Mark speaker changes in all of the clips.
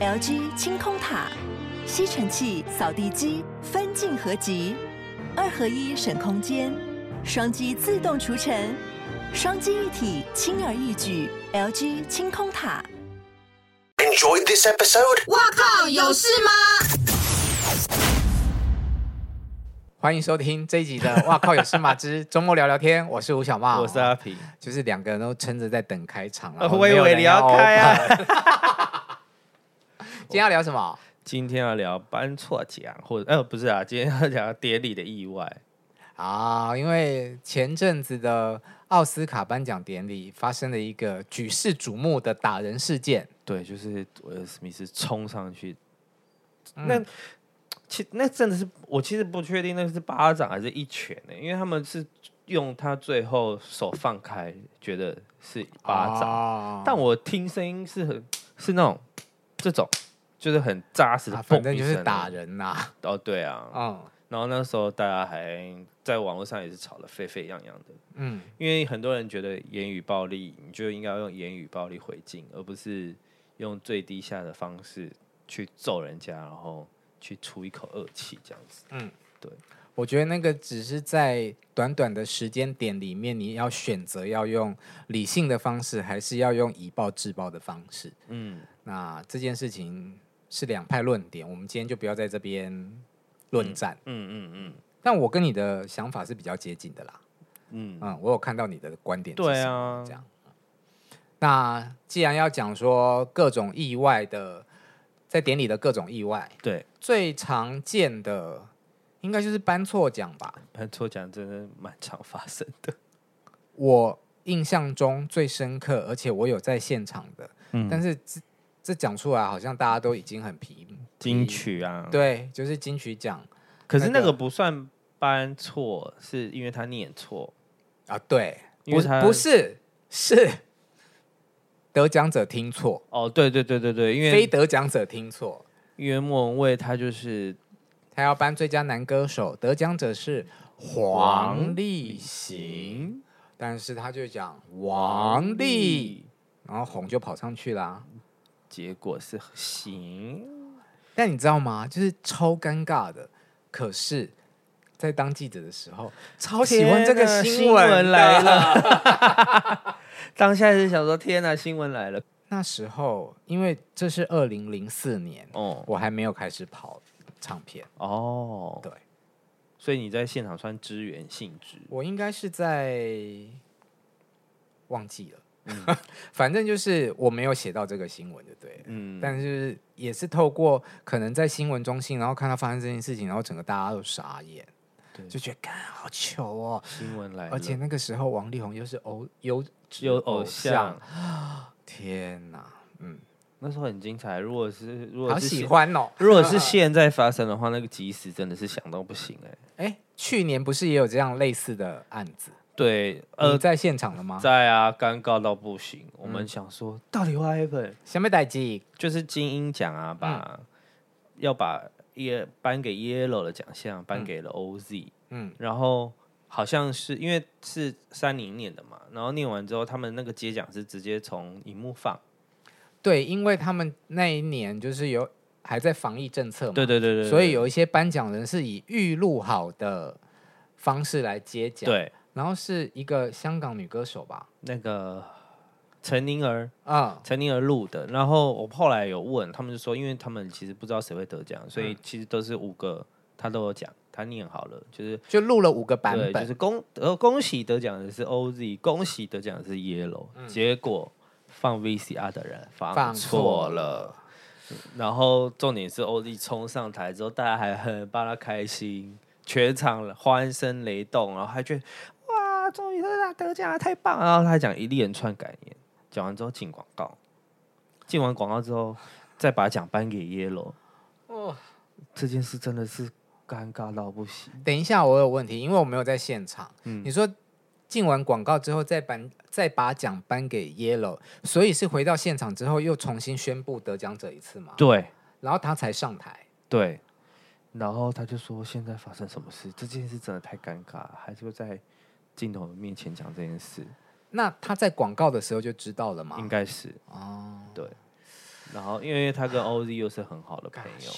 Speaker 1: LG 清空塔、吸尘器、扫地机分镜合集，二合一省空间，双击自动除尘，双击一体轻而易举。LG 清空塔。
Speaker 2: Enjoyed this episode?
Speaker 3: 哇靠，有事吗？
Speaker 4: 欢迎收听这一集的《哇靠有事吗之 周末聊聊天》，我是吴小茂，
Speaker 5: 我是阿皮，
Speaker 4: 就是两个人都撑着在等开场了。
Speaker 5: 呃
Speaker 4: 然后
Speaker 5: 我以
Speaker 4: 没有
Speaker 5: 为
Speaker 4: 人
Speaker 5: 你要开啊
Speaker 4: open 今天要聊什么？
Speaker 5: 今天要聊颁错奖，或者呃不是啊，今天要聊典礼的意外。
Speaker 4: 啊，因为前阵子的奥斯卡颁奖典礼发生了一个举世瞩目的打人事件。
Speaker 5: 对，就是威尔史密斯冲上去，那其那真的是我其实不确定那是巴掌还是一拳呢、因为他们是用他最后手放开，觉得是巴掌，
Speaker 4: 掌
Speaker 5: 但我听声音是很是那种这种。就是很扎实的、
Speaker 4: 啊，反正就是打。人呐、
Speaker 5: 哦，对啊，
Speaker 4: 嗯
Speaker 5: 然后那时候大家还在网络上也是吵得沸沸扬扬的。
Speaker 4: 嗯，
Speaker 5: 因为很多人觉得言语暴力，你就应该用言语暴力回敬，而不是用最低下的方式去揍人家，然后去出一口恶气这样子。
Speaker 4: 我觉得那个只是在短短的时间点里面，你要选择要用理性的方式，还是要用以暴制暴的方式。
Speaker 5: 嗯，
Speaker 4: 那这件事情是两派论点，我们今天就不要在这边论战。
Speaker 5: 嗯嗯嗯
Speaker 4: 但我跟你的想法是比较接近的啦。
Speaker 5: 嗯，
Speaker 4: 嗯，我有看到你的观点是
Speaker 5: 对
Speaker 4: 什么。
Speaker 5: 啊
Speaker 4: 这，样那既然要讲说各种意外的，在典礼的各种意外，
Speaker 5: 对，
Speaker 4: 最常见的应该就是颁错奖吧。
Speaker 5: 颁错奖真的蛮常发生的。
Speaker 4: 我印象中最深刻，而且我有在现场的，
Speaker 5: 嗯
Speaker 4: 但是这这讲出来好像大家都已经很疲
Speaker 5: 金，曲啊，
Speaker 4: 疲，对，就是金曲奖
Speaker 5: 可是那
Speaker 4: 那个
Speaker 5: 个不算颁错，是因为他念错。
Speaker 4: 啊，对，
Speaker 5: 因
Speaker 4: 不
Speaker 5: 为
Speaker 4: 是
Speaker 5: 他
Speaker 4: 不是是得奖者听错，
Speaker 5: 哦，对对对对对，因
Speaker 4: 非
Speaker 5: 为
Speaker 4: 得奖者听错，
Speaker 5: 因为莫文蔚他就是
Speaker 4: 他要颁最佳男歌手，得奖者是黄立行，但是他就讲王力，，然后红就跑上去啦、
Speaker 5: 结果是行。
Speaker 4: 但你知道吗？就是超尴尬的。可是，在当记者的时候，超喜欢这个
Speaker 5: 天哪
Speaker 4: 新
Speaker 5: 新
Speaker 4: 闻
Speaker 5: 闻来
Speaker 4: 了。
Speaker 5: 了。 当下是想说，天哪，新闻来了！
Speaker 4: 那时候，因为这是二零零四年，
Speaker 5: 哦
Speaker 4: 我还没有开始跑唱片，
Speaker 5: 哦，
Speaker 4: 对，
Speaker 5: 所以你在现场算支援性质，
Speaker 4: 我应该是在忘记了， 反正就是我没有写到这个新闻，就对了。
Speaker 5: 嗯嗯，
Speaker 4: 但是也是透过可能在新闻中心，然后看到发生这件事情，然后整个大家都傻眼，
Speaker 5: 对
Speaker 4: 就觉得干好糗哦，
Speaker 5: 新闻来了，
Speaker 4: 而且那个时候王力宏又是偶有
Speaker 5: 有偶像，，
Speaker 4: 天哪，
Speaker 5: 那时候很精彩。如果是如果
Speaker 4: 好
Speaker 5: 是
Speaker 4: 喜
Speaker 5: 现，
Speaker 4: 欢哦！
Speaker 5: 如果是现在发生的话，那个即时真的是想到不行哎、
Speaker 4: 哎，去年不是也有这样类似的案子？
Speaker 5: 对，
Speaker 4: 你
Speaker 5: 呃，
Speaker 4: 在现场了吗？
Speaker 5: 在啊，尴尬到不行。我们想说，到底 what happened？
Speaker 4: 什么代际？
Speaker 5: 就是金鹰奖啊，把、要把耶颁给 Yellow 的奖项颁给了 OZ，
Speaker 4: 嗯，
Speaker 5: 然后好像是因为是三零念的嘛，然后念完之后，他们那个接奖是直接从荧幕放，
Speaker 4: 对，因为他们那一年就是有还在防疫政策嘛，
Speaker 5: 对对对对，对
Speaker 4: 所以有一些颁奖人是以预录好的方式来接奖，，
Speaker 5: 对
Speaker 4: 然后是一个香港女歌手吧，
Speaker 5: 那个陈宁儿
Speaker 4: 嗯，
Speaker 5: 陈宁儿录的，然后我后来有问他们，就说因为他们其实不知道谁会得奖，所以其实都是五个他都有讲，他念好了，就是
Speaker 4: 就录了五个版
Speaker 5: 对，
Speaker 4: 本，
Speaker 5: 就是恭呃恭喜得奖的是 OZ，恭喜得奖的是 Yellow，、结果放 VCR 的人
Speaker 4: 放
Speaker 5: 放
Speaker 4: 错
Speaker 5: 错了。然后重点是 OZ 冲上台之后，大家还很帮他开心，全场欢声雷动，然后还觉得哇，终于他得奖了，太棒了！然后他还讲一连串感言，讲完之后进广告，进完广告之后再把奖颁给 Yellow。
Speaker 4: 哦
Speaker 5: 这件事真的是尴尬到不行。
Speaker 4: 等一下，我有问题，因为我没有在现场。
Speaker 5: 嗯
Speaker 4: 你说进完广告之后再颁，再把奖颁给 Yellow，所以是回到现场之后又重新宣布得奖者一次嘛？
Speaker 5: 对，
Speaker 4: 然后他才上台。
Speaker 5: 对，然后他就说现在发生什么事？这件事真的太尴尬了，还就在镜头面前讲这件事，嗯
Speaker 4: 那他在广告的时候就知道了嘛？
Speaker 5: 应该是
Speaker 4: 啊哦，
Speaker 5: 对。然后因为 他跟 OZ 又是很好的朋友，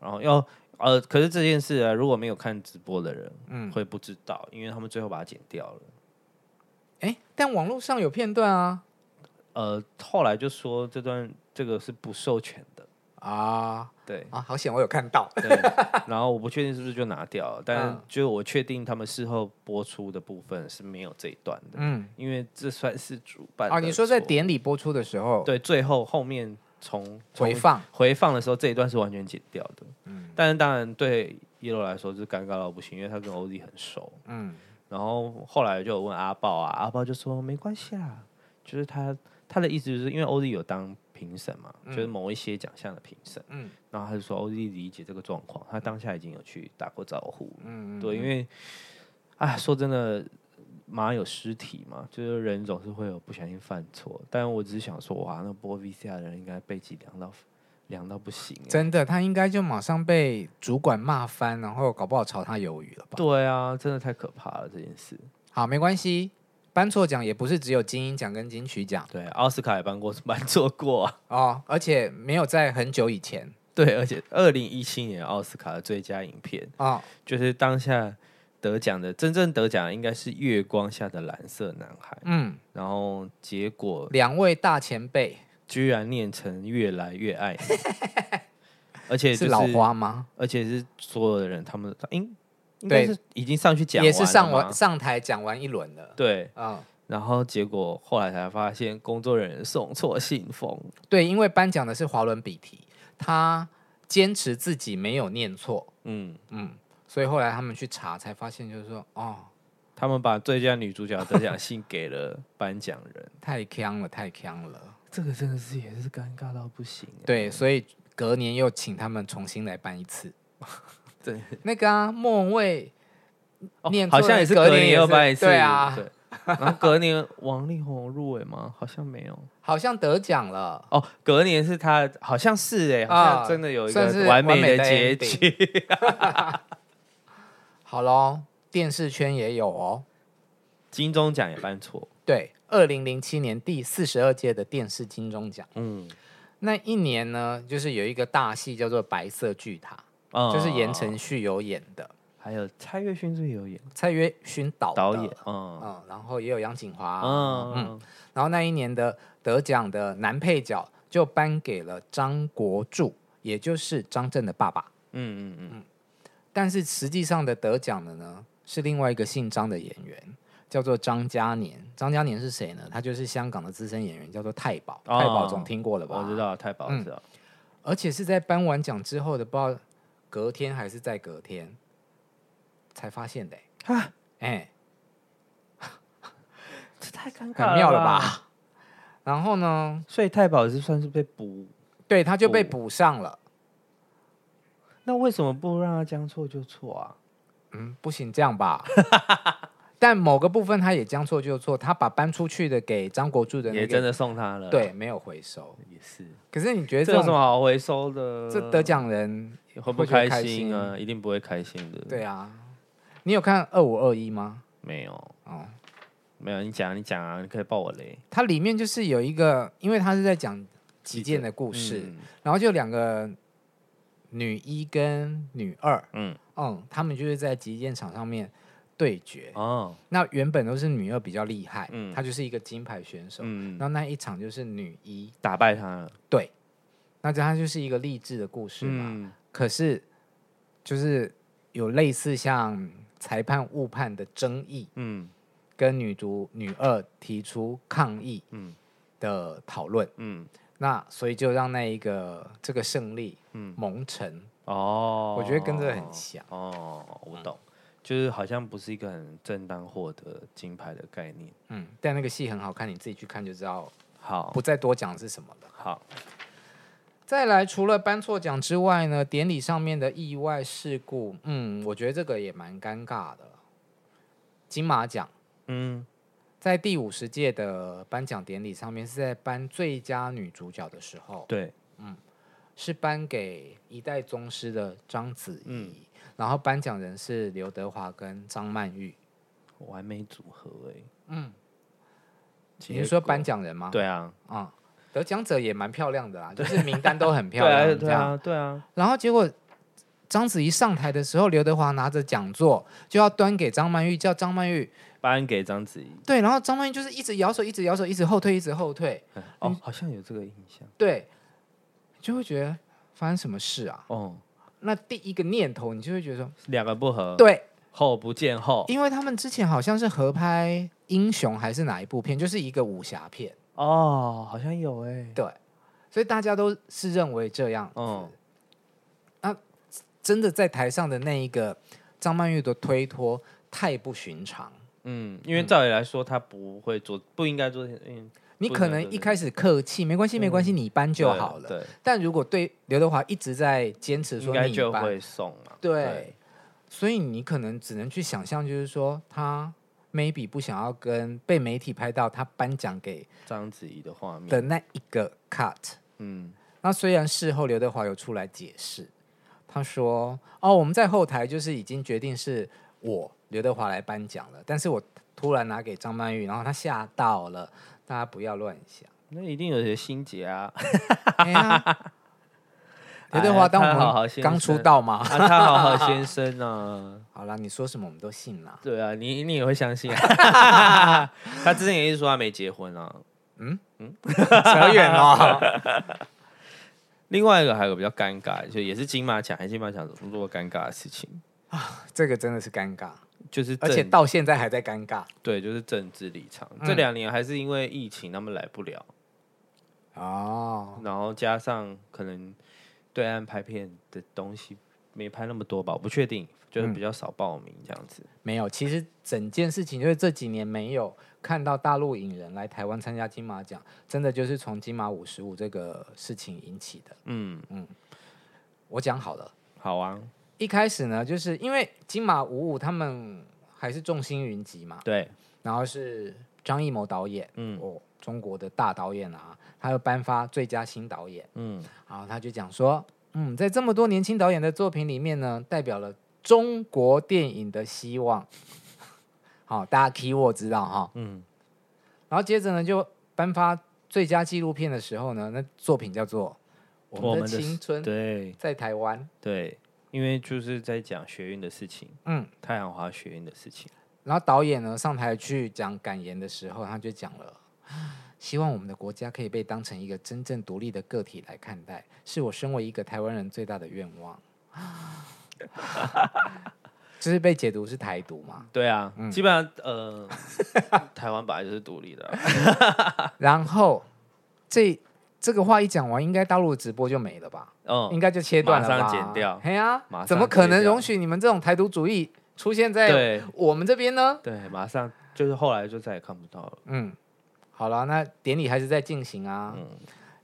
Speaker 5: 然后要呃，可是这件事啊，如果没有看直播的人，
Speaker 4: 嗯
Speaker 5: 会不知道，因为他们最后把它剪掉了。
Speaker 4: 哎、但网络上有片段啊
Speaker 5: 呃，后来就说这段这个是不授权的，
Speaker 4: 啊
Speaker 5: 对
Speaker 4: 啊！好险我有看到，
Speaker 5: 对。然后我不确定是不是就拿掉了，但
Speaker 4: 嗯
Speaker 5: 就我确定他们事后播出的部分是没有这一段的，
Speaker 4: 嗯，
Speaker 5: 因为这算是主办
Speaker 4: 哦，
Speaker 5: 的
Speaker 4: 你说在
Speaker 5: 错
Speaker 4: 典礼播出的时候，，
Speaker 5: 对，最后后面从
Speaker 4: 回放
Speaker 5: 回放的时候，这一段是完全剪掉的。嗯，但是当然对一楼来说就是尴尬到不行，因为他跟欧弟很熟。
Speaker 4: 嗯，
Speaker 5: 然后后来就有问阿豹啊，阿豹就说没关系啦，就是他他的意思就是因为欧弟有当评审嘛，就是某一些奖项的评审。
Speaker 4: 嗯
Speaker 5: 嗯，然后他就说欧弟理解这个状况，他当下已经有去打过招呼。嗯，对，因为啊，说真的，马有尸体嘛，就是人总是会有不小心犯错，但我只是想说，哇，那播 VCR 的人应该背脊凉到凉到不行欸。
Speaker 4: 真的，他应该就马上被主管骂翻，然后搞不好炒他鱿鱼了吧？
Speaker 5: 对啊，真的太可怕了这件事。
Speaker 4: 好，没关系，颁错奖也不是只有金鹰奖跟金曲奖
Speaker 5: 对，奥斯卡也颁过， 颁错过啊。
Speaker 4: 哦，而且没有在很久以前
Speaker 5: 对，而且二零一七年奥斯卡的最佳影片，
Speaker 4: 哦，
Speaker 5: 就是当下得奖的真正得奖的应该是《月光下的蓝色男孩》，
Speaker 4: 嗯，
Speaker 5: 然后结果
Speaker 4: 两位大前辈
Speaker 5: 居然念成“越来越爱你”， 而且、就是
Speaker 4: 老花吗？
Speaker 5: 而且是所有的人他们应应该
Speaker 4: 对
Speaker 5: 是已经上去讲
Speaker 4: 也是
Speaker 5: 完了
Speaker 4: 上
Speaker 5: 嘛
Speaker 4: 完上台讲完一轮了，
Speaker 5: 对，
Speaker 4: 嗯，
Speaker 5: 然后结果后来才发现工作人员送错信封，
Speaker 4: 对，因为颁奖的是华伦比提，他坚持自己没有念错，
Speaker 5: 嗯，
Speaker 4: 嗯，所以后来他们去查才发现，就是说，哦，
Speaker 5: 他们把最佳女主角得奖信给了颁奖 人，
Speaker 4: 太坑了，太坑了，
Speaker 5: 这个真的是也是尴尬到不行、欸，
Speaker 4: 对，所以隔年又请他们重新来颁一次。
Speaker 5: 对，
Speaker 4: 那个啊，莫文蔚
Speaker 5: 哦
Speaker 4: 念错
Speaker 5: 好
Speaker 4: 了
Speaker 5: 像也是
Speaker 4: 隔年
Speaker 5: 年
Speaker 4: 也
Speaker 5: 又
Speaker 4: 是
Speaker 5: 办一次，
Speaker 4: 对啊
Speaker 5: 对。然后隔年王力宏入围吗？好像没有。
Speaker 4: 好像得奖了。
Speaker 5: 哦，隔年是他，好像是哎、好
Speaker 4: 啊
Speaker 5: 像真的有一
Speaker 4: 算是
Speaker 5: 个完
Speaker 4: 完美的
Speaker 5: 美的结
Speaker 4: ending
Speaker 5: 局。
Speaker 4: 好喽，电视圈也有哦。
Speaker 5: 金钟奖也办错，
Speaker 4: 对，二零零七年第四十二届的电视金钟奖，
Speaker 5: 嗯，
Speaker 4: 那一年呢，就是有一个大戏叫做《白色巨塔》，
Speaker 5: 啊
Speaker 4: 就是言承旭有演的，
Speaker 5: 还有蔡岳勋是不是有演
Speaker 4: 蔡岳勋导的
Speaker 5: 导演，，嗯
Speaker 4: 嗯，然后也有杨景华，
Speaker 5: 嗯
Speaker 4: 嗯，
Speaker 5: 嗯，
Speaker 4: 然后那一年的得奖的男配角就颁给了张国柱，也就是张震的爸爸。
Speaker 5: 嗯嗯
Speaker 4: 但是实际上的得奖的呢，是另外一个姓张的演员，叫做张嘉年。张嘉年是谁呢？他就是香港的资深演员，叫做太保。
Speaker 5: 哦
Speaker 4: 太保总听过了
Speaker 5: 嗯，
Speaker 4: 吧？
Speaker 5: 我知。道太保知道，
Speaker 4: 而且是在颁完奖之后的，不知道隔天还是在隔天才发现的、欸。哎、
Speaker 5: 这太尴
Speaker 4: 很妙了？吧？然后呢，
Speaker 5: 所以太保是算是被捕，
Speaker 4: 对，他就被
Speaker 5: 不
Speaker 4: 补上了。
Speaker 5: 那为什么不让他将错就错啊？
Speaker 4: 嗯，不行，这样 吧。但某个部分他也将错就错，他把搬出去的给张国柱的那
Speaker 5: 也
Speaker 4: 个
Speaker 5: 真的送他了，
Speaker 4: 对，没有回收。
Speaker 5: 也是。
Speaker 4: 可是你觉得这
Speaker 5: 这有
Speaker 4: 种
Speaker 5: 什么好回收的？
Speaker 4: 这得奖人，
Speaker 5: 会
Speaker 4: 会
Speaker 5: 不
Speaker 4: 觉得
Speaker 5: 开
Speaker 4: 开
Speaker 5: 心啊？
Speaker 4: 心
Speaker 5: 一定不会开心的。
Speaker 4: 对，啊，你有看二五二一吗？
Speaker 5: 没有，
Speaker 4: 哦，
Speaker 5: 没有，你讲，你讲啊，你可以爆我雷。
Speaker 4: 它里面就是有一个，因为它是在讲击
Speaker 5: 击
Speaker 4: 剑
Speaker 5: 剑
Speaker 4: 的故事，
Speaker 5: 嗯
Speaker 4: 然后就两个女一跟女二，
Speaker 5: 嗯，
Speaker 4: 嗯，他们就是在击剑场上面对决。
Speaker 5: 哦，
Speaker 4: 那原本都是女二比较厉害，
Speaker 5: 嗯
Speaker 4: 她就是一个金牌选手，
Speaker 5: 嗯
Speaker 4: 然，后那一场就是女一，
Speaker 5: 打败他了。
Speaker 4: 对，那这它就是一个励志的故事嘛。
Speaker 5: 嗯，
Speaker 4: 可是就是有类似像裁判误判的争议，
Speaker 5: 嗯
Speaker 4: 跟女主女二提出抗议
Speaker 5: 嗯
Speaker 4: 的讨论，
Speaker 5: 嗯，
Speaker 4: 那所以就让那一个这个胜利
Speaker 5: 嗯
Speaker 4: 蒙尘，
Speaker 5: 哦，
Speaker 4: 我觉得跟这个很像。
Speaker 5: 哦，我懂，就是好像不是一个很正当获得金牌的概念。
Speaker 4: 嗯，但那个戏很好看，你自己去看就知道，
Speaker 5: 好
Speaker 4: 不，再多讲是什么了。
Speaker 5: 好，
Speaker 4: 再来，除了颁错奖之外呢，典礼上面的意外事故，嗯，我觉得这个也蛮尴尬的。金马奖。
Speaker 5: 嗯，
Speaker 4: 在第五十届的颁奖典礼上面，是在颁最佳女主角的时候，
Speaker 5: 对，
Speaker 4: 是颁给一代宗师的章子怡，
Speaker 5: 嗯
Speaker 4: 然后颁奖人是刘德华跟张曼玉。
Speaker 5: 完美组合哎。
Speaker 4: 嗯，
Speaker 5: 结
Speaker 4: 你是说
Speaker 5: 果
Speaker 4: 颁？奖人吗？
Speaker 5: 对啊，
Speaker 4: 啊、得奖者也蛮漂亮的啦，就是名单都 很漂
Speaker 5: 对啊，
Speaker 4: 亮，这
Speaker 5: 对
Speaker 4: 样。
Speaker 5: 啊，对啊，
Speaker 4: 然后结果章子怡上台的时候，刘德华拿着讲座就要端给张曼玉，叫张曼玉
Speaker 5: 把恩给章子怡。
Speaker 4: 对，然后张曼玉就是一直摇手，一直摇手，一直后退，一直后退，
Speaker 5: 哦，好像有这个印象。
Speaker 4: 对，就会觉得发生什么事啊？
Speaker 5: 哦，
Speaker 4: 那第一个念头你就会觉得说，
Speaker 5: 两个不合，，
Speaker 4: 对，
Speaker 5: 后不见后。
Speaker 4: 因为他们之前好像是合拍《英雄》还是哪一部片，就是一个武侠片，
Speaker 5: 哦，好像有哎。
Speaker 4: 对，所以大家都是认为这样。
Speaker 5: 嗯，
Speaker 4: 真的在台上的那一个张曼玉的推脱太不寻常。
Speaker 5: 嗯，因为照理来说，他不会做，不应该做这些。嗯，
Speaker 4: 你
Speaker 5: 不
Speaker 4: 可
Speaker 5: 能
Speaker 4: 能
Speaker 5: 对
Speaker 4: 一
Speaker 5: 对
Speaker 4: 开始客气，没关系，没关系，你搬就
Speaker 5: 对
Speaker 4: 好了。
Speaker 5: 对，
Speaker 4: 但如果对刘德华一直在坚持
Speaker 5: 应
Speaker 4: 说
Speaker 5: 该
Speaker 4: 你
Speaker 5: 就
Speaker 4: 搬，
Speaker 5: 会送嘛。
Speaker 4: 对，，所以你可能只能去想象，就是说他 maybe 不想要跟被媒体拍到他颁奖给
Speaker 5: 章子怡的画面。
Speaker 4: 的那一个 cut。
Speaker 5: 嗯，
Speaker 4: 那虽然事后刘德华有出来解释，他说：“哦，我们在后台就是已经决定是我刘德华来颁奖了，但是我突然拿给张曼玉，然后他吓到了，大家不要乱想。
Speaker 5: 那一定有些心结啊。
Speaker 4: 哎呀” 刘德华当
Speaker 5: 哎呀他好
Speaker 4: 我
Speaker 5: 好
Speaker 4: 们
Speaker 5: 先
Speaker 4: 刚
Speaker 5: 生
Speaker 4: 出道嘛，
Speaker 5: 啊，他好好先生啊。
Speaker 4: 好啦，你说什么我们都信啦。
Speaker 5: 对啊，你你也会相信啊。 他之前也是说他没结婚啊。
Speaker 4: 扯远了。
Speaker 5: 另外一个还有个比较尴尬，就也是金马奖，还是金马奖做过尴尬的事情，
Speaker 4: 这个真的是尴尬，
Speaker 5: 就是
Speaker 4: 而且
Speaker 5: 政
Speaker 4: 到现在还在尴尬
Speaker 5: 对，就是政治立场。
Speaker 4: 嗯
Speaker 5: 这两年还是因为疫情，他们来不了，
Speaker 4: 哦。
Speaker 5: 然后加上可能对岸拍片的东西没拍那么多吧，我不确定，就是
Speaker 4: 嗯
Speaker 5: 比较少报名这样子。
Speaker 4: 没有，其实整件事情就是这几年没有看到大陆影人来台湾参加金马奖，真的就是从金马五十五这个事情引起的。
Speaker 5: 嗯，
Speaker 4: 我讲好了，
Speaker 5: 好啊，
Speaker 4: 一开始呢，就是因为金马五五他们还是众星云集嘛，
Speaker 5: 对，
Speaker 4: 然后是张艺谋导演，
Speaker 5: 嗯
Speaker 4: 哦，中国的大导演啊，他又颁发最佳新导演。
Speaker 5: 嗯，
Speaker 4: 然后他就讲说，嗯，在这么多年轻导演的作品里面呢，代表了中国电影的希望。 好，大家 key 我知道哈。
Speaker 5: 嗯，
Speaker 4: 然后接着呢，就颁发最佳纪录片的时候呢，那作品叫做《我们的青春
Speaker 5: 对
Speaker 4: 在台湾》。
Speaker 5: 对，因为就是在讲学运的事情，
Speaker 4: 嗯，
Speaker 5: 太阳花学运的事情。
Speaker 4: 然后导演呢上台去讲感言的时候，他就讲了。希望我们的国家可以被当成一个真正独立的个体来看待，是我身为一个台湾人最大的愿望。 就是被解读是台独嘛，
Speaker 5: 对啊，
Speaker 4: 嗯
Speaker 5: 基本上呃， 台湾本来就是独立的啊、
Speaker 4: 然后这这个话一讲完，应该大陆的直播就没了吧？应
Speaker 5: 嗯，
Speaker 4: 该就切断了吧？
Speaker 5: 马上剪掉
Speaker 4: 嘿呀、
Speaker 5: 马上
Speaker 4: 怎么可
Speaker 5: 切
Speaker 4: 能
Speaker 5: 掉
Speaker 4: 容许你们这种台独主义出现在
Speaker 5: 对
Speaker 4: 我们这边呢？
Speaker 5: 对，马上就是后来就再也看不到了。
Speaker 4: 嗯，好了，那典礼还是在进行啊。
Speaker 5: 嗯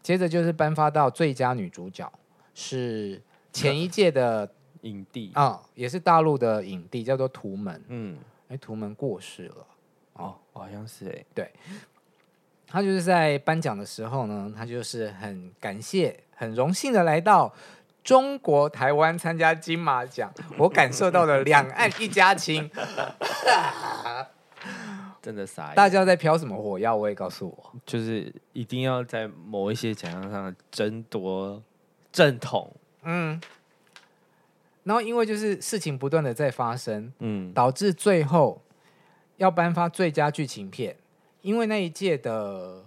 Speaker 4: 接着就是颁发到最佳女主角，是前一届的
Speaker 5: 影帝，
Speaker 4: 啊、也是大陆的影帝，叫做图门。
Speaker 5: 嗯，
Speaker 4: 哎，图门过世了。
Speaker 5: 哦，好像是哎、
Speaker 4: 他就是在颁奖的时候呢，他就是很感谢、很荣幸的来到中国台湾参加金马奖，我感受到了两岸一家亲。
Speaker 5: 真的傻眼，
Speaker 4: 大家在飘什么火药？我也告诉我，
Speaker 5: 就是一定要在某一些奖项上争夺正统。
Speaker 4: 嗯。然后因为就是事情不断的在发生，
Speaker 5: 嗯，
Speaker 4: 导致最后要颁发最佳剧情片，因为那一届的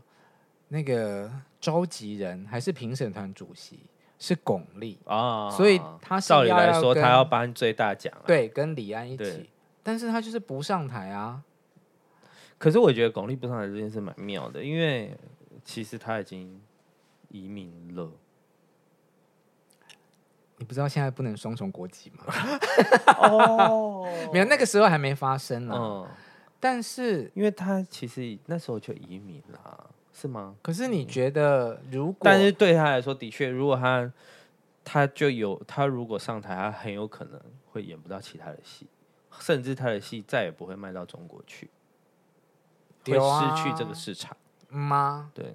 Speaker 4: 那个召集人还是评审团主席是巩俐，
Speaker 5: 啊，
Speaker 4: 所以他是
Speaker 5: 照理
Speaker 4: 要
Speaker 5: 来
Speaker 4: 要
Speaker 5: 说，
Speaker 4: 跟
Speaker 5: 他要颁最大奖、啊。，
Speaker 4: 对，跟李安一
Speaker 5: 对
Speaker 4: 起，但是他就是不上台啊，
Speaker 5: 可是我觉得巩俐不上来这件事蛮妙的，因为其实他已经移民了。
Speaker 4: 你不知道现在不能双重国籍吗？
Speaker 5: 哦，
Speaker 4: 没有，那个时候还没发生呢、
Speaker 5: 嗯，
Speaker 4: 但是，
Speaker 5: 因为他其实那时候就移民啦，是吗？
Speaker 4: 可是你觉得如果，
Speaker 5: 嗯但是对他来说，的确，如果他他就有他如果上台，他很有可能会演不到其他的戏，甚至他的戏再也不会卖到中国去，会
Speaker 4: 对啊
Speaker 5: 失去这个市场。
Speaker 4: 吗？
Speaker 5: 对，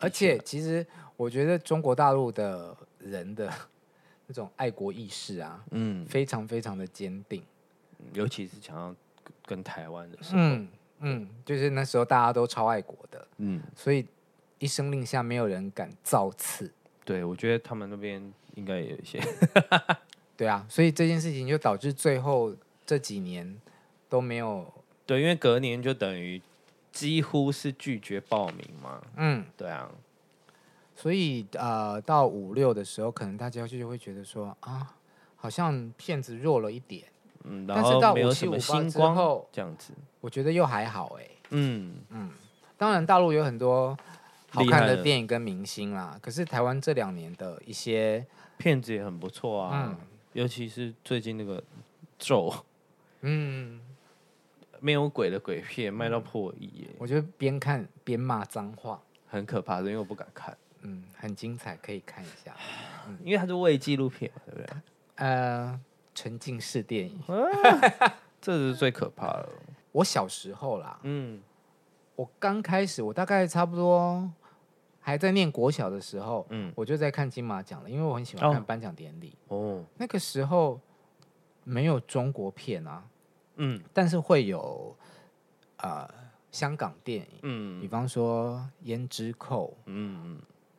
Speaker 4: 而且其实我觉得中国大陆的人的那种爱国意识啊，
Speaker 5: 嗯，
Speaker 4: 非常非常的坚定。
Speaker 5: 尤其是想要跟台湾的时候，
Speaker 4: 嗯嗯嗯，就是那时候大家都超爱国的，
Speaker 5: 嗯，
Speaker 4: 所以一声令下，没有人敢造次。
Speaker 5: 对，我觉得他们那边应该也有一些
Speaker 4: 对啊，所以这件事情就导致最后这几年都没有，
Speaker 5: 对，因为隔年就等于几乎是拒绝报名嘛。
Speaker 4: 嗯，
Speaker 5: 对啊，
Speaker 4: 所以呃，到五六的时候，可能大家就会觉得说啊，好像骗子弱了一点。
Speaker 5: 嗯，
Speaker 4: 但
Speaker 5: 然
Speaker 4: 是
Speaker 5: 后
Speaker 4: 到
Speaker 5: 没有
Speaker 4: 57
Speaker 5: 什么
Speaker 4: 58
Speaker 5: 星
Speaker 4: 之
Speaker 5: 光
Speaker 4: 后
Speaker 5: 这样子。
Speaker 4: 我觉得又还好哎、
Speaker 5: 嗯，
Speaker 4: 当然，大陆有很多好
Speaker 5: 厉
Speaker 4: 看
Speaker 5: 害
Speaker 4: 的
Speaker 5: 的
Speaker 4: 电影跟明星啦，可是台湾这两年的一些，
Speaker 5: 骗子也很不错啊，尤其是最近那个咒
Speaker 4: 嗯，
Speaker 5: 没有鬼的鬼片卖到破亿耶，
Speaker 4: 我就边看边骂脏话，
Speaker 5: 很可怕的，因为我不敢看，
Speaker 4: 嗯，很精彩，可以看一下。
Speaker 5: 因为它是伪纪录片嘛，对不对？
Speaker 4: 呃，沉浸式电影，
Speaker 5: 这是最可怕的。
Speaker 4: 我小时候啦，
Speaker 5: 嗯，
Speaker 4: 我刚开始，我大概差不多还在念国小的时候，
Speaker 5: 嗯
Speaker 4: 我就在看金马奖了，因为我很喜欢
Speaker 5: 哦
Speaker 4: 看颁奖典礼。
Speaker 5: 哦，
Speaker 4: 那个时候没有中国片啊，
Speaker 5: 嗯
Speaker 4: 但是会有呃香港电影，比
Speaker 5: 嗯
Speaker 4: 方说《胭脂扣》
Speaker 5: 嗯，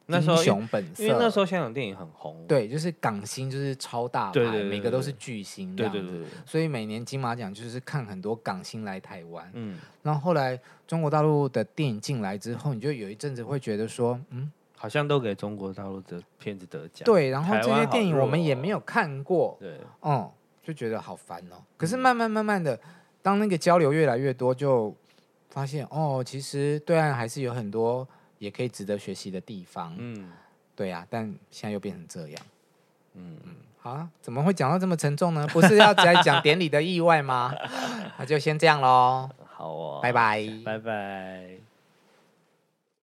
Speaker 5: 那
Speaker 4: 英
Speaker 5: 时候因为
Speaker 4: 雄本色》，
Speaker 5: 因为那时候香港电影很红，
Speaker 4: 对，就是港星就是超大牌，
Speaker 5: 对对对
Speaker 4: 每个都是巨星，
Speaker 5: 对对对。对，对
Speaker 4: 所以每年金马奖就是看很多港星来台湾，
Speaker 5: 嗯，
Speaker 4: 然后后来中国大陆的电影进来之后，你就有一阵子会觉得说，嗯，
Speaker 5: 好像都给中国大陆的片子得奖。
Speaker 4: 对，然后
Speaker 5: 台
Speaker 4: 这
Speaker 5: 湾
Speaker 4: 些
Speaker 5: 好哦
Speaker 4: 电影我
Speaker 5: 弱
Speaker 4: 们也
Speaker 5: 哦
Speaker 4: 没有看过，
Speaker 5: 对，
Speaker 4: 嗯，就觉得好烦哦。可
Speaker 5: 嗯
Speaker 4: 是慢慢慢慢的，当那个交流越来越多，就发现哦，其实对岸还是有很多也可以值得学习的地方，
Speaker 5: 嗯，
Speaker 4: 对呀、但现在又变成这样，嗯嗯，好啊，怎么会讲到这么沉重呢？不是要再讲 典礼的意外吗？那就先这样喽，
Speaker 5: 好哦，
Speaker 4: 嗯啊拜拜，
Speaker 5: 拜拜。